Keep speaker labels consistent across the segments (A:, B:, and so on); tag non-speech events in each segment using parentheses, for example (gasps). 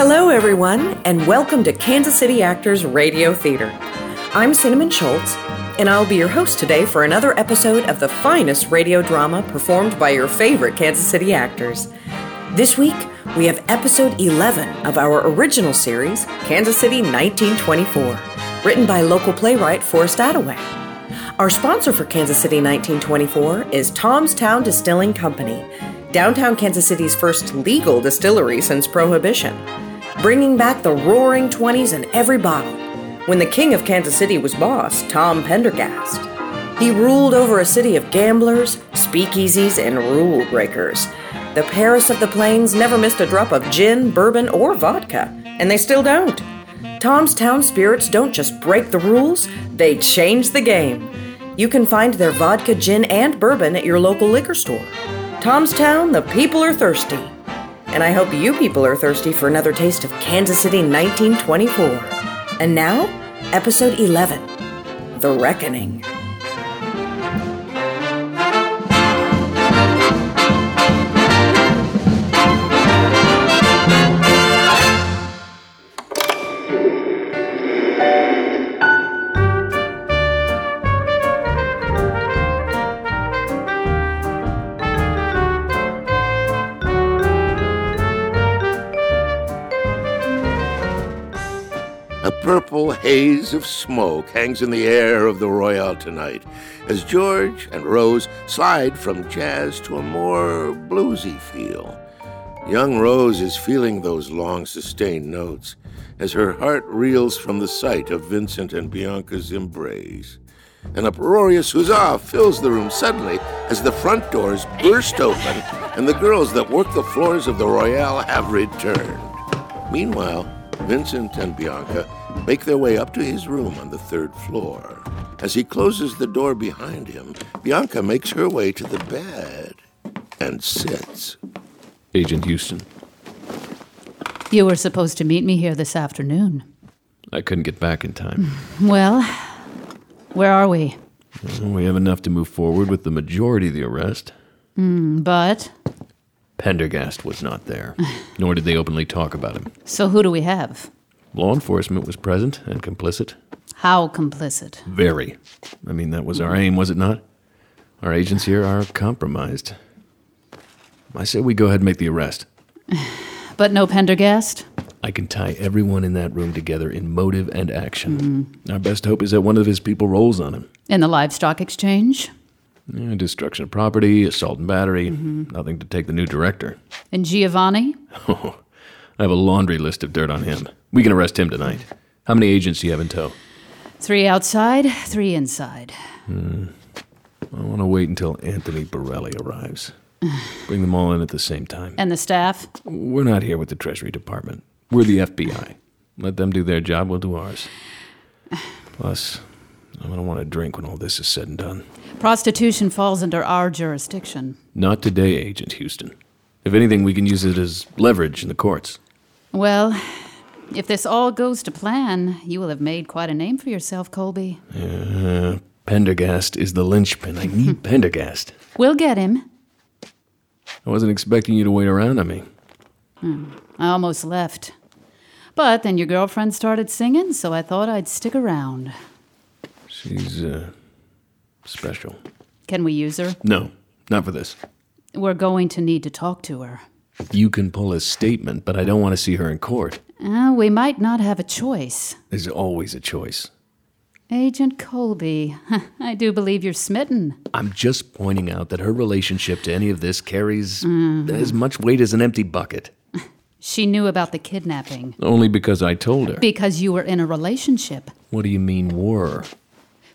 A: everyone, and welcome to Kansas City Actors Radio Theater. I'm Cinnamon Schultz, and I'll be your host today for another episode of the finest radio drama performed by your favorite Kansas City actors. This week, we have episode 11 of our original series, Kansas City 1924, written by local playwright Forrest Attaway. Our sponsor for Kansas City 1924 is Tomstown Distilling Company, downtown Kansas City's first legal distillery since Prohibition, bringing back the roaring 20s in every bottle. When the king of Kansas City was boss, Tom Pendergast, he ruled over a city of gamblers, speakeasies, and rule breakers. The Paris of the Plains never missed a drop of gin, bourbon, or vodka, and they still don't. Tom's Town Spirits don't just break the rules, they change the game. You can find their vodka, gin, and bourbon at your local liquor store. Tom's Town, the people are thirsty. And I hope you people are thirsty for another taste of Kansas City 1924. And now, episode 11 The Reckoning.
B: A purple haze of smoke hangs in the air of the Royale tonight as George and Rose slide from jazz to a more bluesy feel. Young Rose is feeling those long sustained notes as her heart reels from the sight of Vincent and Bianca's embrace. An uproarious huzzah fills the room suddenly as the front doors burst open and the girls that work the floors of the Royale have returned. Meanwhile, Vincent and Bianca make their way up to his room on the third floor. As he closes the door behind him, Bianca makes her way to the bed and sits.
C: Agent Houston,
D: You were supposed to meet me here this afternoon.
C: I couldn't get back in time.
D: Well, where are we?
C: we have enough to move forward with the majority of the arrest.
D: Hmm, But,
C: Pendergast was not there, nor did they openly talk about him.
D: so who do we have?
C: Law enforcement was present and complicit.
D: How complicit?
C: Very. I mean, that was our aim, was it not? Our agents here are compromised. I say we go ahead and make the arrest.
D: But no Pendergast?
C: I can tie everyone in that room together in motive and action. Our best hope is that one of his people rolls on him.
D: In the livestock exchange?
C: Yeah, destruction of property, assault and battery,
D: Mm-hmm.
C: nothing to take the new director.
D: In Giovanni?
C: Oh, (laughs) I have a laundry list of dirt on him. We can arrest him tonight. How many agents do you have in tow?
D: Three outside, three inside.
C: Hmm. I want to wait until Anthony Borelli arrives. Bring them all in at the same time.
D: And the staff?
C: We're not here with the Treasury Department. We're the FBI. Let them do their job, we'll do ours. Plus, I'm going to want a drink when all this is said and done.
D: Prostitution falls under our jurisdiction.
C: Not today, Agent Houston. If anything, we can use it as leverage in the courts.
D: Well, if this all goes to plan, you will have made quite a name for yourself, Colby.
C: Uh, Pendergast is the linchpin. I need (laughs) Pendergast.
D: We'll get him.
C: I wasn't expecting you to wait around on me.
D: Hmm. I almost left. But then your girlfriend started singing, so I thought I'd stick around.
C: She's uh, special.
D: Can we use her?
C: No, not for this.
D: We're going to need to talk to her.
C: You can pull a statement, but I don't want to see her in court.
D: Uh, we might not have a choice.
C: There's always a choice.
D: Agent Colby, (laughs) I do believe you're smitten.
C: I'm just pointing out that her relationship to any of this carries as much weight as an empty bucket.
D: She knew about the kidnapping
C: Only because I told her.
D: because you were in a relationship.
C: What do you mean, were?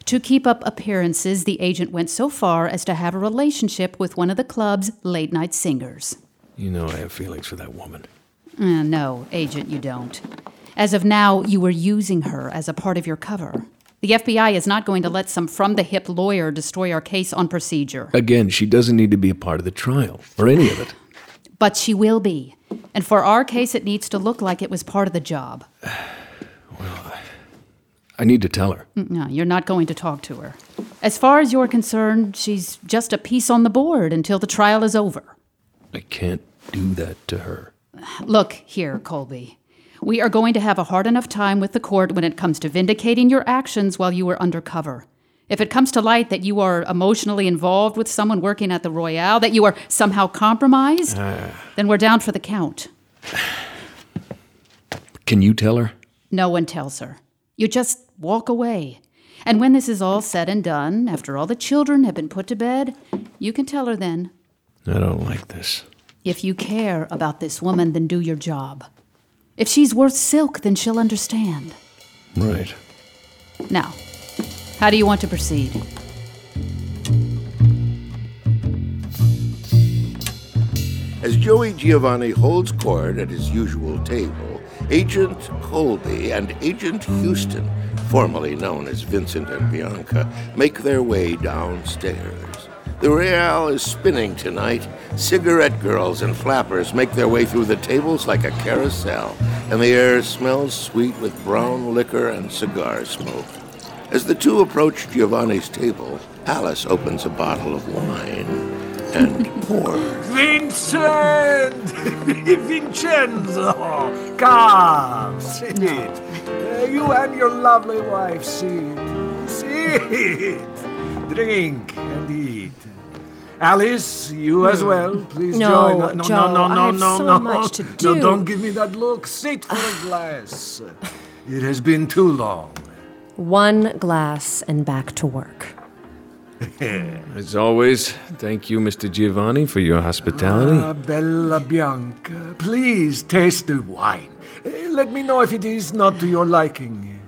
D: To keep up appearances, the agent went so far as to have a relationship with one of the club's late night singers.
C: You know I have feelings for that woman.
D: Uh, no, agent, you don't. As of now, you were using her as a part of your cover. The FBI is not going to let some from the hip lawyer destroy our case on procedure.
C: Again, she doesn't need to be a part of the trial or any of it.
D: But she will be. And for our case, it needs to look like it was part of the job.
C: I need to tell her.
D: Mm, No, you're not going to talk to her. As far as you're concerned, she's just a piece on the board until the trial is over.
C: I can't do that to her.
D: Look here, Colby. We are going to have a hard enough time with the court when it comes to vindicating your actions while you were undercover. If it comes to light that you are emotionally involved with someone working at the Royale, that you are somehow compromised,
C: Ah.
D: then we're down for the count.
C: Can you tell her?
D: No one tells her. You just walk away. And when this is all said and done, after all the children have been put to bed, you can tell her then.
C: I don't like this.
D: If you care about this woman, then do your job. If she's worth silk, then she'll understand.
C: Right.
D: Now, how do you want to proceed?
B: As Joey Giovanni holds court at his usual table, Agent Colby and Agent Houston, formerly known as Vincent and Bianca, make their way downstairs. The Real is spinning tonight. Cigarette girls and flappers make their way through the tables like a carousel, and the air smells sweet with brown liquor and cigar smoke. As the two approach Giovanni's table, Alice opens a bottle of wine and pours.
E: Vincent! (laughs) Vincenzo! Come, sit. Uh, you and your lovely wife sit. Sit! Drink and eat. Alice, you as well. Please
F: Hmm. No,
E: join. No,
F: Joe,
E: no, no,
F: I
E: no,
F: have
E: no,
F: so
E: no.
F: much to
E: No,
F: do.
E: don't give me that look. Sit for
F: (sighs)
E: a glass. It has been too long.
F: One glass and back to work.
C: (laughs) As always, thank you, Mr. Giovanni, for your hospitality.
E: Ah, Bella Bianca, please taste the wine. Uh, Let me know if it is not to your liking.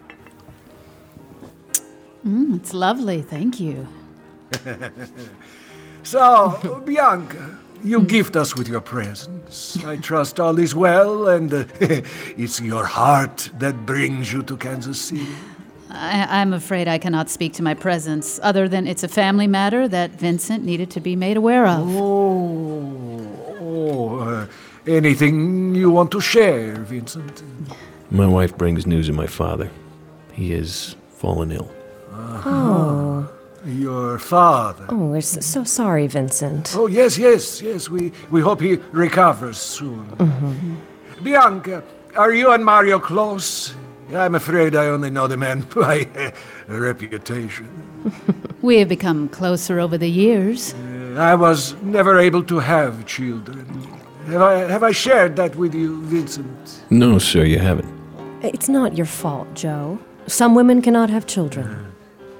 D: Mm, It's lovely, thank you.
E: (laughs) So, Bianca, you gift us with your presence. I trust all is well, and uh, (laughs) it's your heart that brings you to Kansas City.
D: I, I'm afraid I cannot speak to my presence, other than it's a family matter that Vincent needed to be made aware of.
E: Oh, oh uh, anything you want to share, Vincent?
C: My wife brings news of my father. He has fallen ill.
E: Uh-huh. Your father.
F: Oh, we're s- so sorry, Vincent.
E: Oh, yes, yes, yes. We, we hope he recovers soon.
F: Mm-hmm.
E: Bianca, are you and Mario close? I'm afraid I only know the man (laughs) by uh, reputation.
D: We have become closer over the years.
E: Uh, I was never able to have children. Have I, have I shared that with you, Vincent?
C: No, sir, you haven't.
F: It's not your fault, Joe. Some women cannot have children.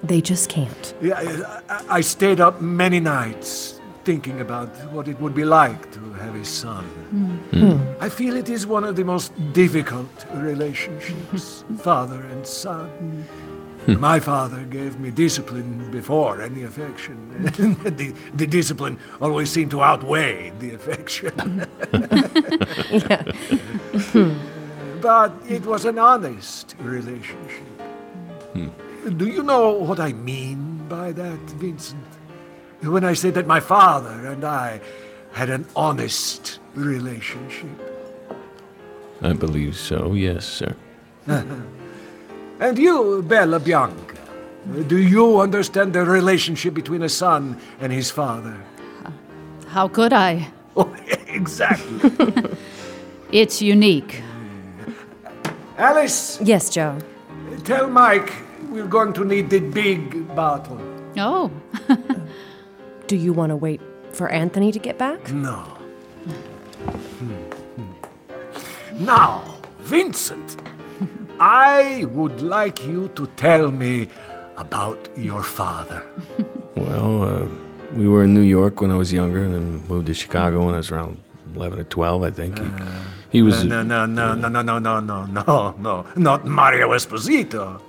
F: They just can't.
E: Yeah, I- I, I stayed up many nights thinking about what it would be like to have a son. I feel it is one of the most difficult relationships, father and son. My father gave me discipline before any affection. (laughs) the, the discipline always seemed to outweigh the affection. (laughs) but it was an honest relationship. Do you know what I mean by that, Vincent? When I say that my father and I had an honest relationship. (laughs)
C: I believe so, yes, sir.
E: And you, Bella Bianca, do you understand the relationship between a son and his father?
D: How could I?
E: (laughs) Oh, exactly.
D: (laughs) It's unique.
E: Alice,
F: Yes, Joe.
E: tell Mike we're going to need the big bottle.
D: Oh,
F: (laughs) Do you want to wait for Anthony to get back?
E: No. Now, Vincent, I would like you to tell me about your father.
C: Well, uh, we were in New York when I was younger, and then moved to Chicago when I was around 11 or 12, I think. He, he was.
E: No, no, no, no, no, no, no, no, no, no, not Mario Esposito.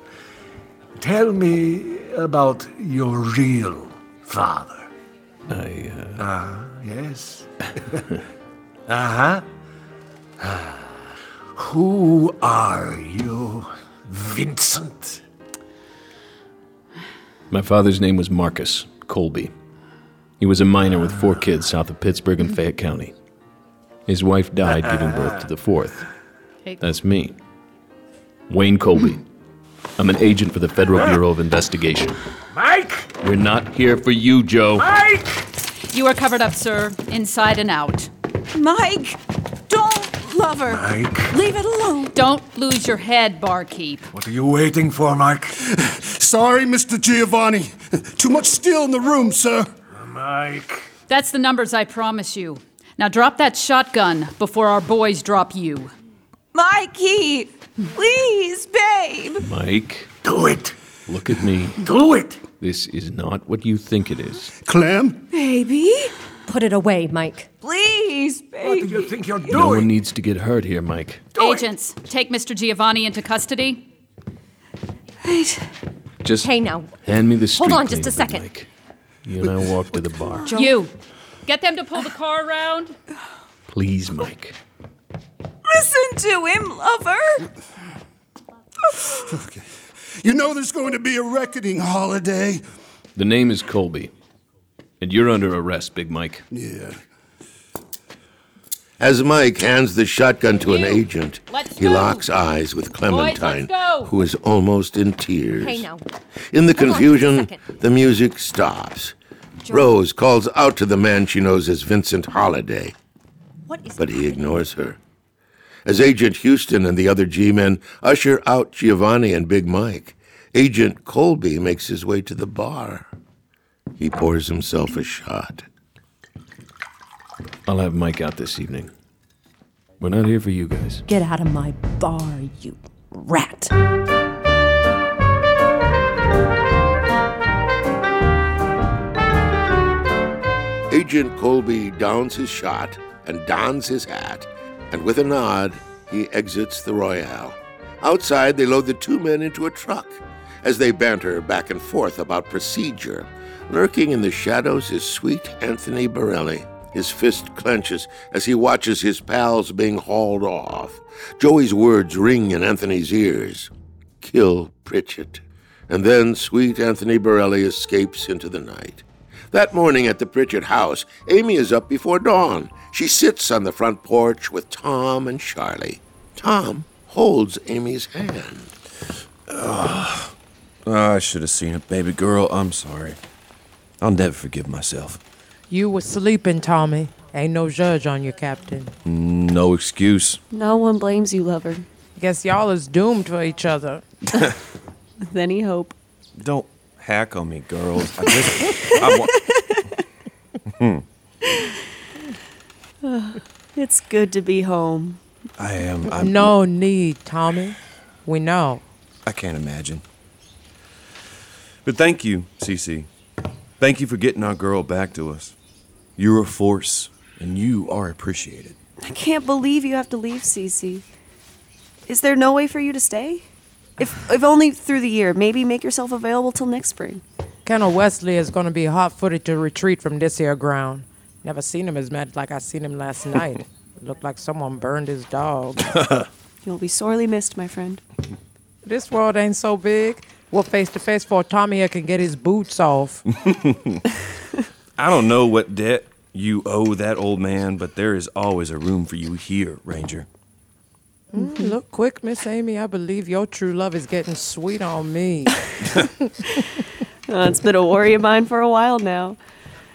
E: Tell me about your real father. Ah,
C: I, uh,
E: Yes. (laughs) uh huh. Ah. Who are you, Vincent?
C: My father's name was Marcus Colby. He was a miner with four kids south of Pittsburgh and Fayette County. His wife died giving birth to the fourth. That's me. Wayne Colby. I'm an agent for the Federal Bureau of Investigation.
E: Mike!
C: We're not here for you, Joe.
E: Mike!
D: you are covered up, sir, inside and out.
G: Mike, don't lover.
E: Mike,
G: Leave it alone.
D: Don't lose your head, barkeep.
E: what are you waiting for, Mike?
H: Sorry, Mr. Giovanni. Too much steel in the room, sir.
E: Mike.
D: That's the numbers I promise you. Now drop that shotgun before our boys drop you.
G: Mikey, please, babe.
C: Mike,
E: Do it.
C: look at me.
E: Do it.
C: This is not what you think it is.
H: Clam,
G: Baby?
F: Put it away, Mike.
G: Please,
E: What do
G: baby.
E: you think you're
C: No
E: doing?
C: one needs to get hurt here, Mike.
D: Agents, take Mr. Giovanni into custody.
G: Wait.
C: Just
F: Hey, now.
C: hand me the street
F: Hold on just
C: cleaner,
F: a second.
C: Mike. You and I walk to the bar.
D: You, get them to pull the car around.
C: Please, Mike.
G: Listen to him, lover.
H: you know there's going to be a reckoning holiday.
C: The name is Colby, and you're under arrest, Big Mike.
H: Yeah.
B: As Mike hands the shotgun to an agent,
D: Let's
B: he
D: go.
B: locks eyes with Clementine,
D: go.
B: who is almost in tears.
F: Hey, now.
B: In the
F: Hold on just a
B: confusion,
F: second.
B: the music stops. Rose calls out to the man she knows as Vincent Holliday,
F: What is
B: but he ignores her. As Agent Houston and the other G men usher out Giovanni and Big Mike, Agent Colby makes his way to the bar. He pours himself a shot.
C: I'll have Mike out this evening. We're not here for you guys.
F: Get out of my bar, you rat.
B: Agent Colby downs his shot and dons his hat, and with a nod, he exits the Royale. Outside, they load the two men into a truck. As they banter back and forth about procedure, lurking in the shadows is sweet Anthony Borelli. His fist clenches as he watches his pals being hauled off. Joey's words ring in Anthony's ears kill Pritchett. And then sweet Anthony Borelli escapes into the night. That morning at the Pritchett house, Amy is up before dawn. She sits on the front porch with Tom and Charlie. Tom holds Amy's hand.
I: I should have seen it, baby girl. I'm sorry. I'll never forgive myself.
J: You was sleeping, Tommy. Ain't no judge on you, Captain.
I: No excuse.
K: No one blames you, lover.
J: Guess y'all is doomed for
K: (laughs)
J: each other.
K: Any hope?
I: Don't hack on me, girls. I just. I wa-
K: (sighs) It's good to be home.
I: I am. I'm,
J: No need, Tommy. We know.
I: I can't imagine. But thank you, Cece. Thank you for getting our girl back to us. You're a force, and you are appreciated. (laughs)
K: I can't believe you have to leave, Cece. Is there no way for you to stay? If, if only through the year, maybe make yourself available till next spring.
J: Colonel Wesley is gonna be hot-footed to retreat from this here ground. Never seen him as mad like I seen him last
I: (laughs)
J: night. Looked like someone burned his dog.
K: You'll be sorely missed, my friend.
J: this world ain't so big. We're face to face for Tommy here can get his boots
I: (laughs)
J: off.
I: I don't know what debt you owe that old man, but there is always a room for you here, Ranger.
J: Look quick, Miss Amy. I believe your true love is getting sweet on me.
K: Uh, it's been a worry of mine for a while now.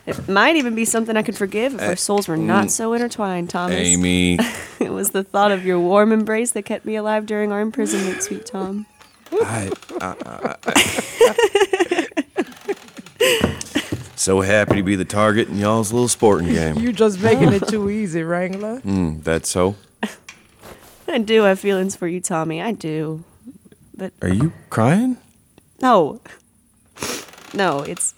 K: It might even be something I could forgive if our souls were not so intertwined, Thomas.
I: Amy.
K: (laughs) It was the thought of your warm embrace that kept me alive during our imprisonment, sweet Tom.
I: I, I, I- so happy to be the target in y'all's little (laughs) sporting game.
J: You just making it too easy, Wrangler.
I: Mm, that's so.
K: I do have feelings for you, Tommy. I do. But
I: Are you crying?
K: no. No, it's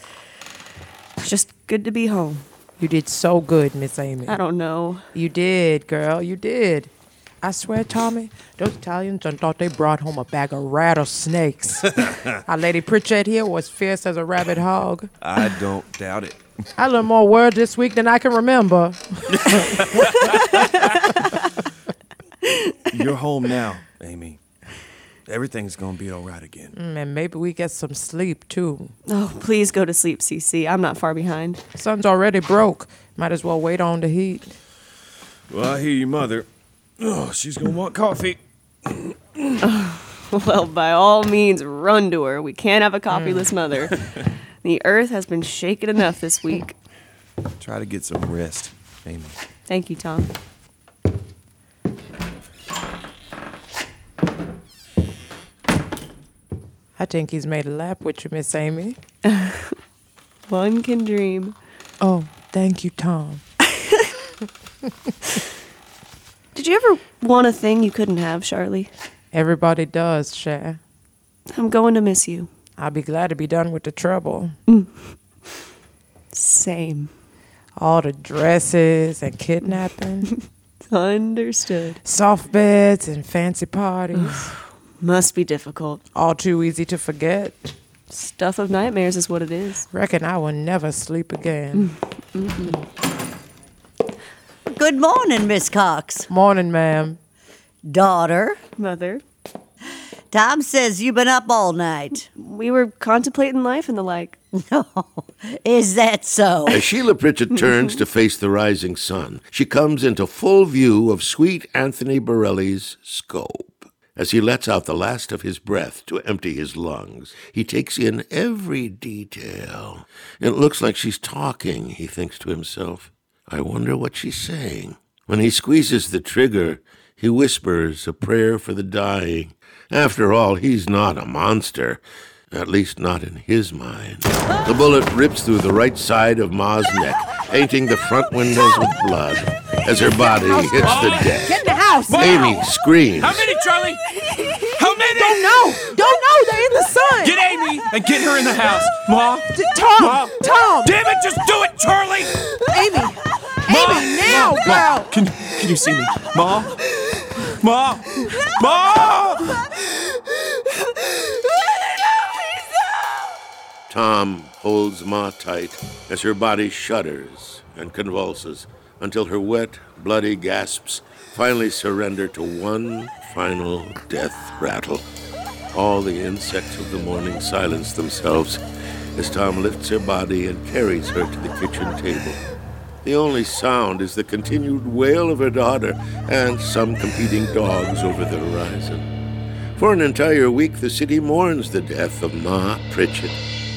K: it's just good to be home.
J: You did so good, Miss Amy.
K: I don't know.
J: You did, girl. You did. I swear, Tommy, those Italians done thought they brought home a bag of rattlesnakes. Our Lady Pritchett here was fierce as a rabbit hog.
I: I don't doubt it.
J: I learned more words this week than I can remember. (laughs)
I: You're home now, Amy. Everything's gonna be all right again.
J: Mm, And maybe we get some sleep, too.
K: Oh, please go to sleep, Cece. I'm not far behind.
J: Sun's already broke. Might as well wait on the heat.
I: Well, I hear your mother. Oh, she's gonna want coffee.
K: (laughs) Well, by all means, run to her. We can't have a
I: Mm.
K: copyless
I: (laughs)
K: mother. the earth has been shaken enough this week.
I: (laughs) Try to get some rest, Amy.
K: Thank you, Tom.
J: I think he's made a lap with you, Miss Amy.
K: One can dream.
J: Oh, thank you, Tom.
K: Did you ever want a thing you couldn't have, Charlie?
J: Everybody does, Cher.
K: I'm going to miss you. Mm.
J: I'll be glad to be done with the trouble.
K: Same.
J: All the dresses and kidnapping.
K: (laughs) Understood.
J: Soft beds and fancy parties.
K: (sighs) Must be difficult.
J: All too easy to forget.
K: Stuff of nightmares is what it is. Mm.
J: Reckon I will never sleep again.
L: Good morning, Miss Cox.
J: Morning, ma'am.
L: Daughter.
K: Mother.
L: Tom says you've been up all night.
K: We were contemplating life and the (laughs) like.
L: No. Is that so?
K: Oh.
B: As Sheila Pritchett turns to face the rising sun, she comes into full view of sweet Anthony Borelli's scope. As he lets out the last of his breath to empty his lungs, he takes in every detail. It looks like she's talking, he thinks to himself. I wonder what she's saying. When he squeezes the trigger, he whispers a prayer for the dying. After all, he's not a monster. At least not in his mind. The bullet rips through the right side of Ma's neck, painting the front windows with blood as her body hits the deck.
J: the house!
B: Amy screams.
M: How many, Charlie? How
J: (laughs)
M: many?
J: Don't know! Don't know! They're in the sun!
M: Get Amy and get her in the house.
J: (laughs)
M: Ma.
J: D- Tom!
M: Ma.
J: Tom!
M: Damn it, just do it, Charlie!
J: Amy! Amy, now,
M: Ma,
J: girl!
M: Can, can you see me? Ma? Ma?
J: (laughs)
M: Ma!
B: Tom holds Ma tight as her body shudders and convulses until her wet, bloody gasps finally surrender to one final death rattle. All the insects of the morning silence themselves as Tom lifts her body and carries her to the kitchen table. The only sound is the continued wail of her daughter and some competing dogs over the horizon. For an entire week, the city mourns the death of Ma Pritchett,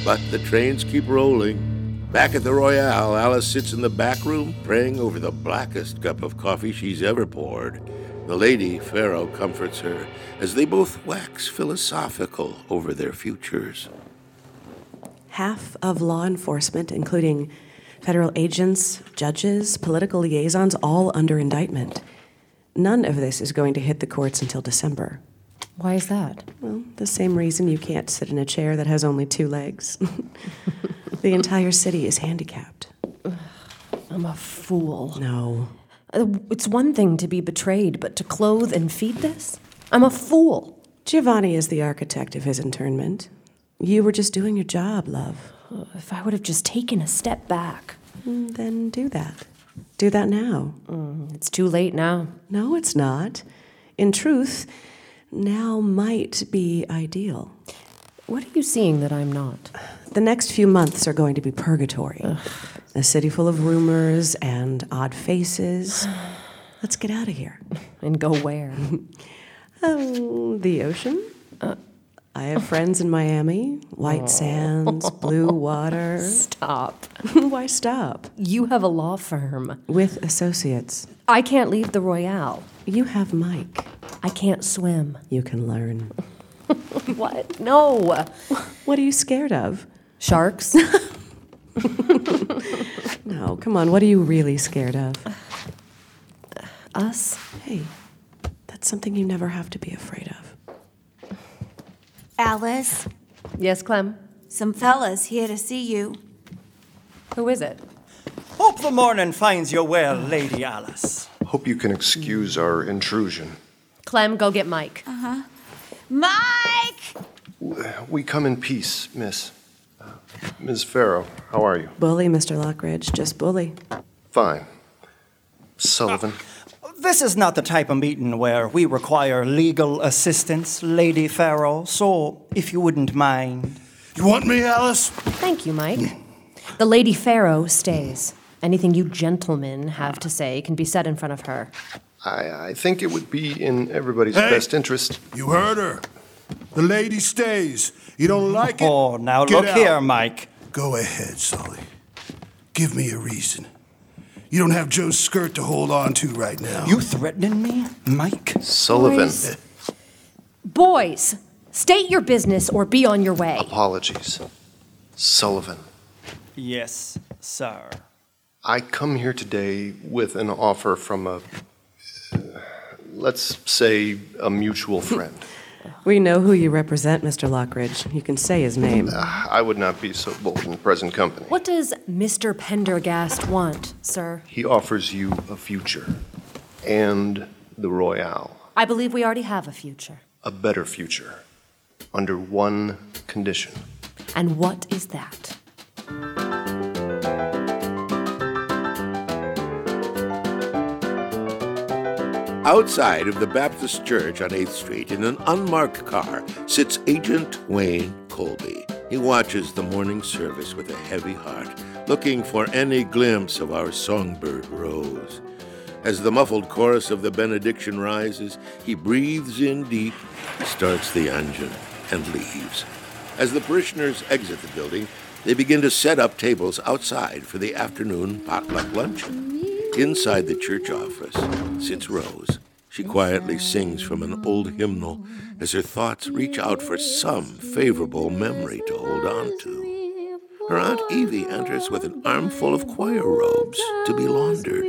B: but the trains keep rolling. Back at the Royale, Alice sits in the back room praying over the blackest cup of coffee she's ever poured. The lady, Pharaoh, comforts her as they both wax philosophical over their futures.
N: Half of law enforcement, including federal agents, judges, political liaisons, all under indictment. None of this is going to hit the courts until December.
F: Why is that?
N: Well, the same reason you can't sit in a chair that has only two legs. (laughs) the entire city is handicapped.
F: I'm a fool.
N: No.
F: Uh, It's one thing to be betrayed, but to clothe and feed this? I'm a fool.
N: Giovanni is the architect of his internment. You were just doing your job, love.
F: If I would have just taken a step back.
N: Mm, Then do that. Do that now.
F: Mm-hmm. It's too late now.
N: No, it's not. In truth, now might be ideal.
F: What are you seeing that I'm not?
N: The next few months are going to be purgatory. A city full of rumors and odd faces. (sighs) Let's get out of here.
F: (gasps) And go
N: (laughs)
F: where?
N: Oh, the ocean.
F: Uh.
N: I have friends in Miami, white
F: (laughs)
N: sands, blue water.
F: Stop.
N: (laughs) Why stop?
F: You have a law firm.
N: With associates.
F: I can't leave the Royale.
N: You have Mike.
F: I can't swim.
N: You can learn.
F: (laughs) what? No.
N: (laughs) What are you scared of? (laughs)
F: Sharks?
N: No, come on. What are you really scared of?
F: Us?
N: Hey, that's something you never have to be afraid of.
G: Alice,
F: Yes, Clem.
G: some fellas here to see you.
F: Who is it?
O: Hope the morning finds you well, Lady Alice.
P: Hope you can excuse our intrusion.
F: Clem, go get Mike.
G: Uh huh. Mike!
P: We come in peace, miss. Uh, Ms. Farrow, how are you?
N: Bully, Mr. Lockridge. Just bully.
P: Fine. Sullivan,
O: This is not the type of meeting where we require legal assistance, Lady Farrell, so if you wouldn't mind.
F: You want me, Alice? Thank you, Mike. The Lady Pharaoh stays. Anything you gentlemen have to say can be said in front of her.
P: I, I think it would be in everybody's
C: Hey!
P: best interest.
H: You heard her. The lady stays. You don't like it?
O: Oh, now
H: Get
O: look
H: out.
O: here, Mike.
H: Go ahead, Sully. Give me a reason. You don't have Joe's skirt to hold on to right now.
O: You threatening me, Mike?
P: Sullivan.
F: Boys, State your business or be on your way.
P: Apologies. Sullivan,
O: Yes, sir.
P: I come here today with an offer from a, let's say,
N: (laughs)
P: a mutual friend.
N: We know who you represent, Mr. Lockridge. You can say his name.
P: Ah, I would not be so bold in present company.
F: What does Mr. Pendergast want, sir?
P: He offers you a future and the Royale,
F: I believe we already have a future.
P: a better future, under one condition.
F: And what is that?
B: Outside of the Baptist Church on 8th Street, in an unmarked car, sits Agent Wayne Colby. He watches the morning service with a heavy heart, looking for any glimpse of our songbird rose. As the muffled chorus of the benediction rises, he breathes in deep, starts the engine, and leaves. As the parishioners exit the building, they begin to set up tables outside for the afternoon potluck luncheon. Inside the church office sits Rose. She quietly sings from an old hymnal as her thoughts reach out for some favorable memory to hold on to. Her Aunt Evie enters with an armful of choir robes to be laundered.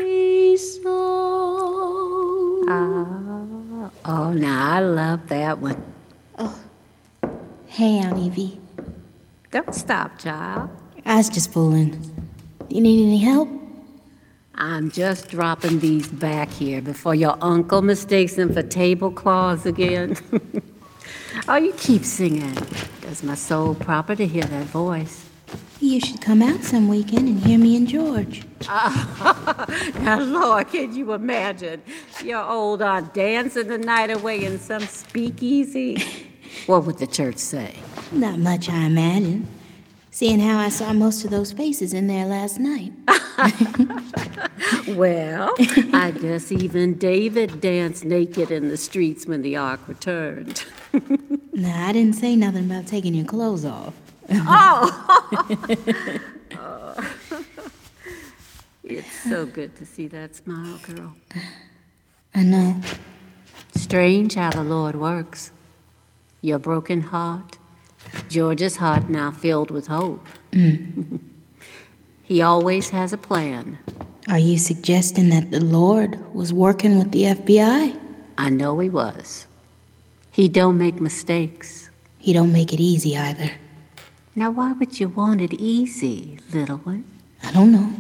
Q: Oh, oh, now I love that one.
R: Hey, Aunt Evie.
Q: Don't stop, child.
R: I was just fooling. You need any help?
Q: I'm just dropping these back here before your uncle mistakes them for tablecloths again. (laughs) oh, you keep singing. Does my soul proper to hear that voice? (laughs)
R: You should come out some weekend and hear me and George.
Q: Now, Lord, can you imagine your old aunt dancing the night away in some (laughs) speakeasy? what would the church say?
R: Not much, I imagine. Seeing how I saw most of those faces in there last night.
Q: (laughs) Well, I guess even David danced naked in the streets when the ark (laughs) returned.
R: Nah, I didn't say nothing about taking your clothes off. (laughs)
Q: Oh! (laughs) it's so good to see that smile, girl.
R: I know.
Q: Strange how the Lord works. Your broken heart, George's heart now filled with hope.
R: Mm.
Q: He always has a plan.
R: Are you suggesting that the Lord was working with the FBI?
Q: I know he was. He don't make mistakes.
R: He don't make it easy either.
Q: Now, why would you want it easy, little one?
R: I don't know.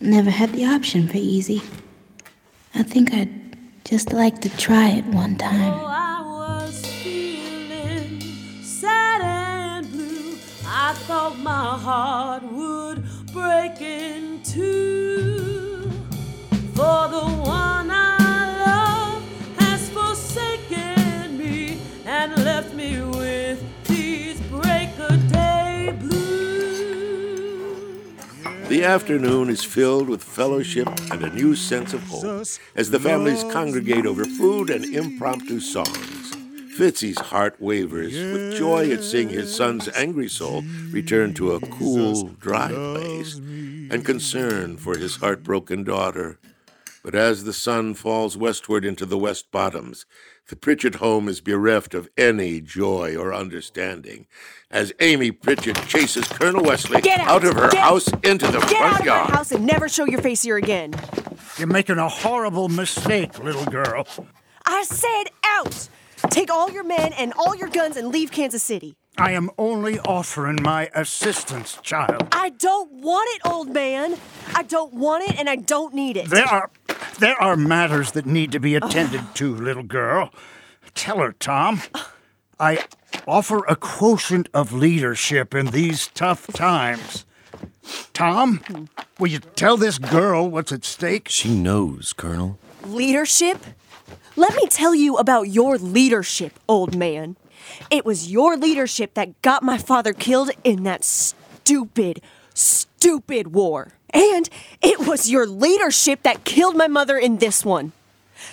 R: Never had the option for easy. I think I'd just like to try it one time.
S: I was feeling sad and blue. I thought my heart would break in two. For the one I love has forsaken me and left me with these break of day blues.
B: The afternoon is filled with fellowship and a new sense of hope as the families congregate over food and impromptu songs. Fitzy's heart wavers with joy at seeing his son's angry soul return to a cool, dry place, and concern for his heartbroken daughter. But as the sun falls westward into the West Bottoms, the Pritchett home is bereft of any joy or understanding as Amy Pritchett chases Colonel Wesley
K: Get out!
B: of her
K: Get-
B: house into the
K: Get
B: front
K: out of my
B: yard.
K: house and never show your face here again.
T: You're making a horrible mistake, little girl.
K: I said out! Take all your men and all your guns and leave Kansas City.
T: I am only offering my assistance, child.
K: I don't want it, old man. I don't want it and I don't need it.
T: There are there are matters that need to be attended to, little girl. Tell her, Tom. I offer a quotient of leadership in these tough times. Tom, will you tell this girl what's at stake?
I: She knows, Colonel.
K: Leadership? Let me tell you about your leadership, old man. It was your leadership that got my father killed in that stupid, stupid war. And it was your leadership that killed my mother in this one.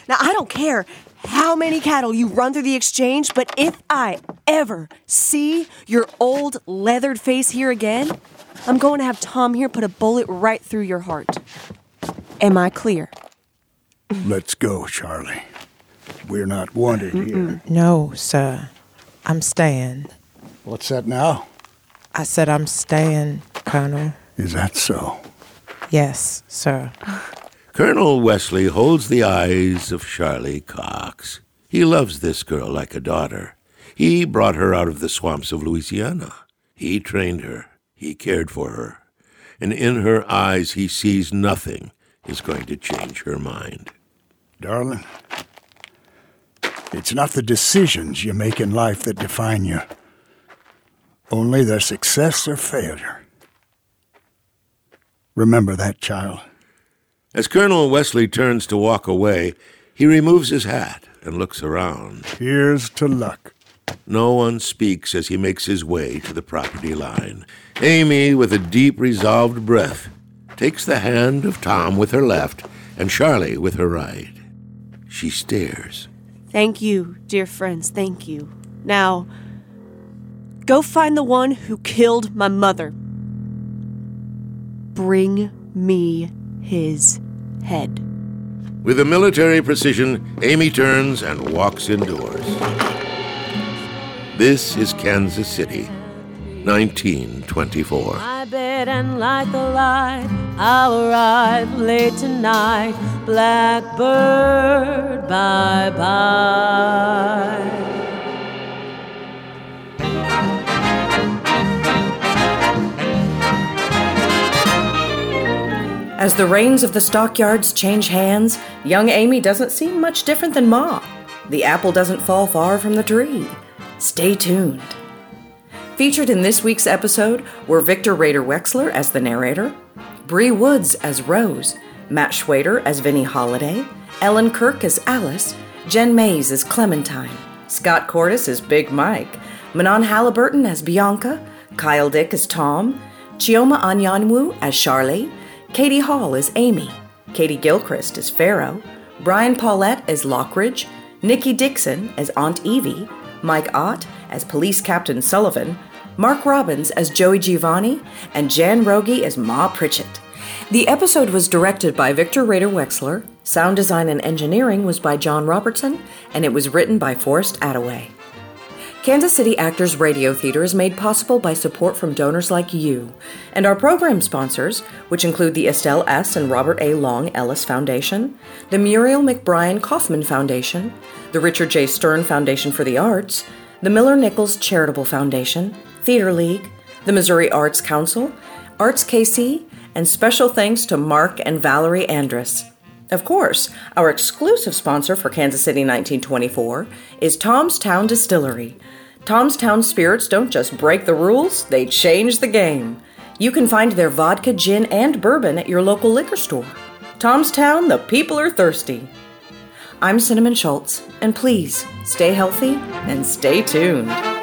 K: Now, I don't care how many cattle you run through the exchange, but if I ever see your old leathered face here again, I'm going to have Tom here put a bullet right through your heart. Am I clear?
T: Let's go, Charlie. We're not wanted here.
J: No, Mm. sir. I'm staying.
T: What's that now?
J: I said I'm staying, Colonel.
T: Is that so?
J: Yes, sir.
B: Colonel Wesley holds the eyes of Charlie Cox. He loves this girl like a daughter. He brought her out of the swamps of Louisiana. He trained her. He cared for her. And in her eyes, he sees nothing is going to change her mind.
T: Darling, it's not the decisions you make in life that define you, only their success or failure. Remember that, child.
B: As Colonel Wesley turns to walk away, he removes his hat and looks around.
T: Here's to luck.
B: No one speaks as he makes his way to the property line. Amy, with a deep, resolved breath, takes the hand of Tom with her left and Charlie with her right. She stares.
K: Thank you, dear friends. Thank you. Now, go find the one who killed my mother. Bring me his head.
B: With a military precision, Amy turns and walks indoors. This is Kansas City, 1924.
S: My bed and light the light. I'll arrive late tonight. Blackbird, bye bye.
A: As the reins of the stockyards change hands, young Amy doesn't seem much different than Ma. The apple doesn't fall far from the tree. Stay tuned. Featured in this week's episode were Victor Rader Wexler as the narrator, Bree Woods as Rose, Matt Schwader as Vinnie Holiday, Ellen Kirk as Alice, Jen Mays as Clementine, Scott Cordis as Big Mike, Manon Halliburton as Bianca, Kyle Dick as Tom, Chioma Anyanwu as Charlie, Katie Hall as Amy, Katie Gilchrist as Pharaoh, Brian Paulette as Lockridge, Nikki Dixon as Aunt Evie, Mike Ott as Police Captain Sullivan, Mark Robbins as Joey Giovanni, and Jan Rogi as Ma Pritchett. The episode was directed by Victor Rader Wexler, sound design and engineering was by John Robertson, and it was written by Forrest Attaway. Kansas City Actors Radio Theater is made possible by support from donors like you and our program sponsors, which include the Estelle S. and Robert A. Long Ellis Foundation, the Muriel McBrien Kaufman Foundation, the Richard J. Stern Foundation for the Arts, the Miller Nichols Charitable Foundation, Theater League, the Missouri Arts Council, Arts KC, and special thanks to Mark and Valerie Andrus. Of course, our exclusive sponsor for Kansas City 1924 is Tomstown Distillery. Tomstown spirits don't just break the rules, they change the game. You can find their vodka, gin, and bourbon at your local liquor store. Tomstown, the people are thirsty. I'm Cinnamon Schultz, and please stay healthy and stay tuned.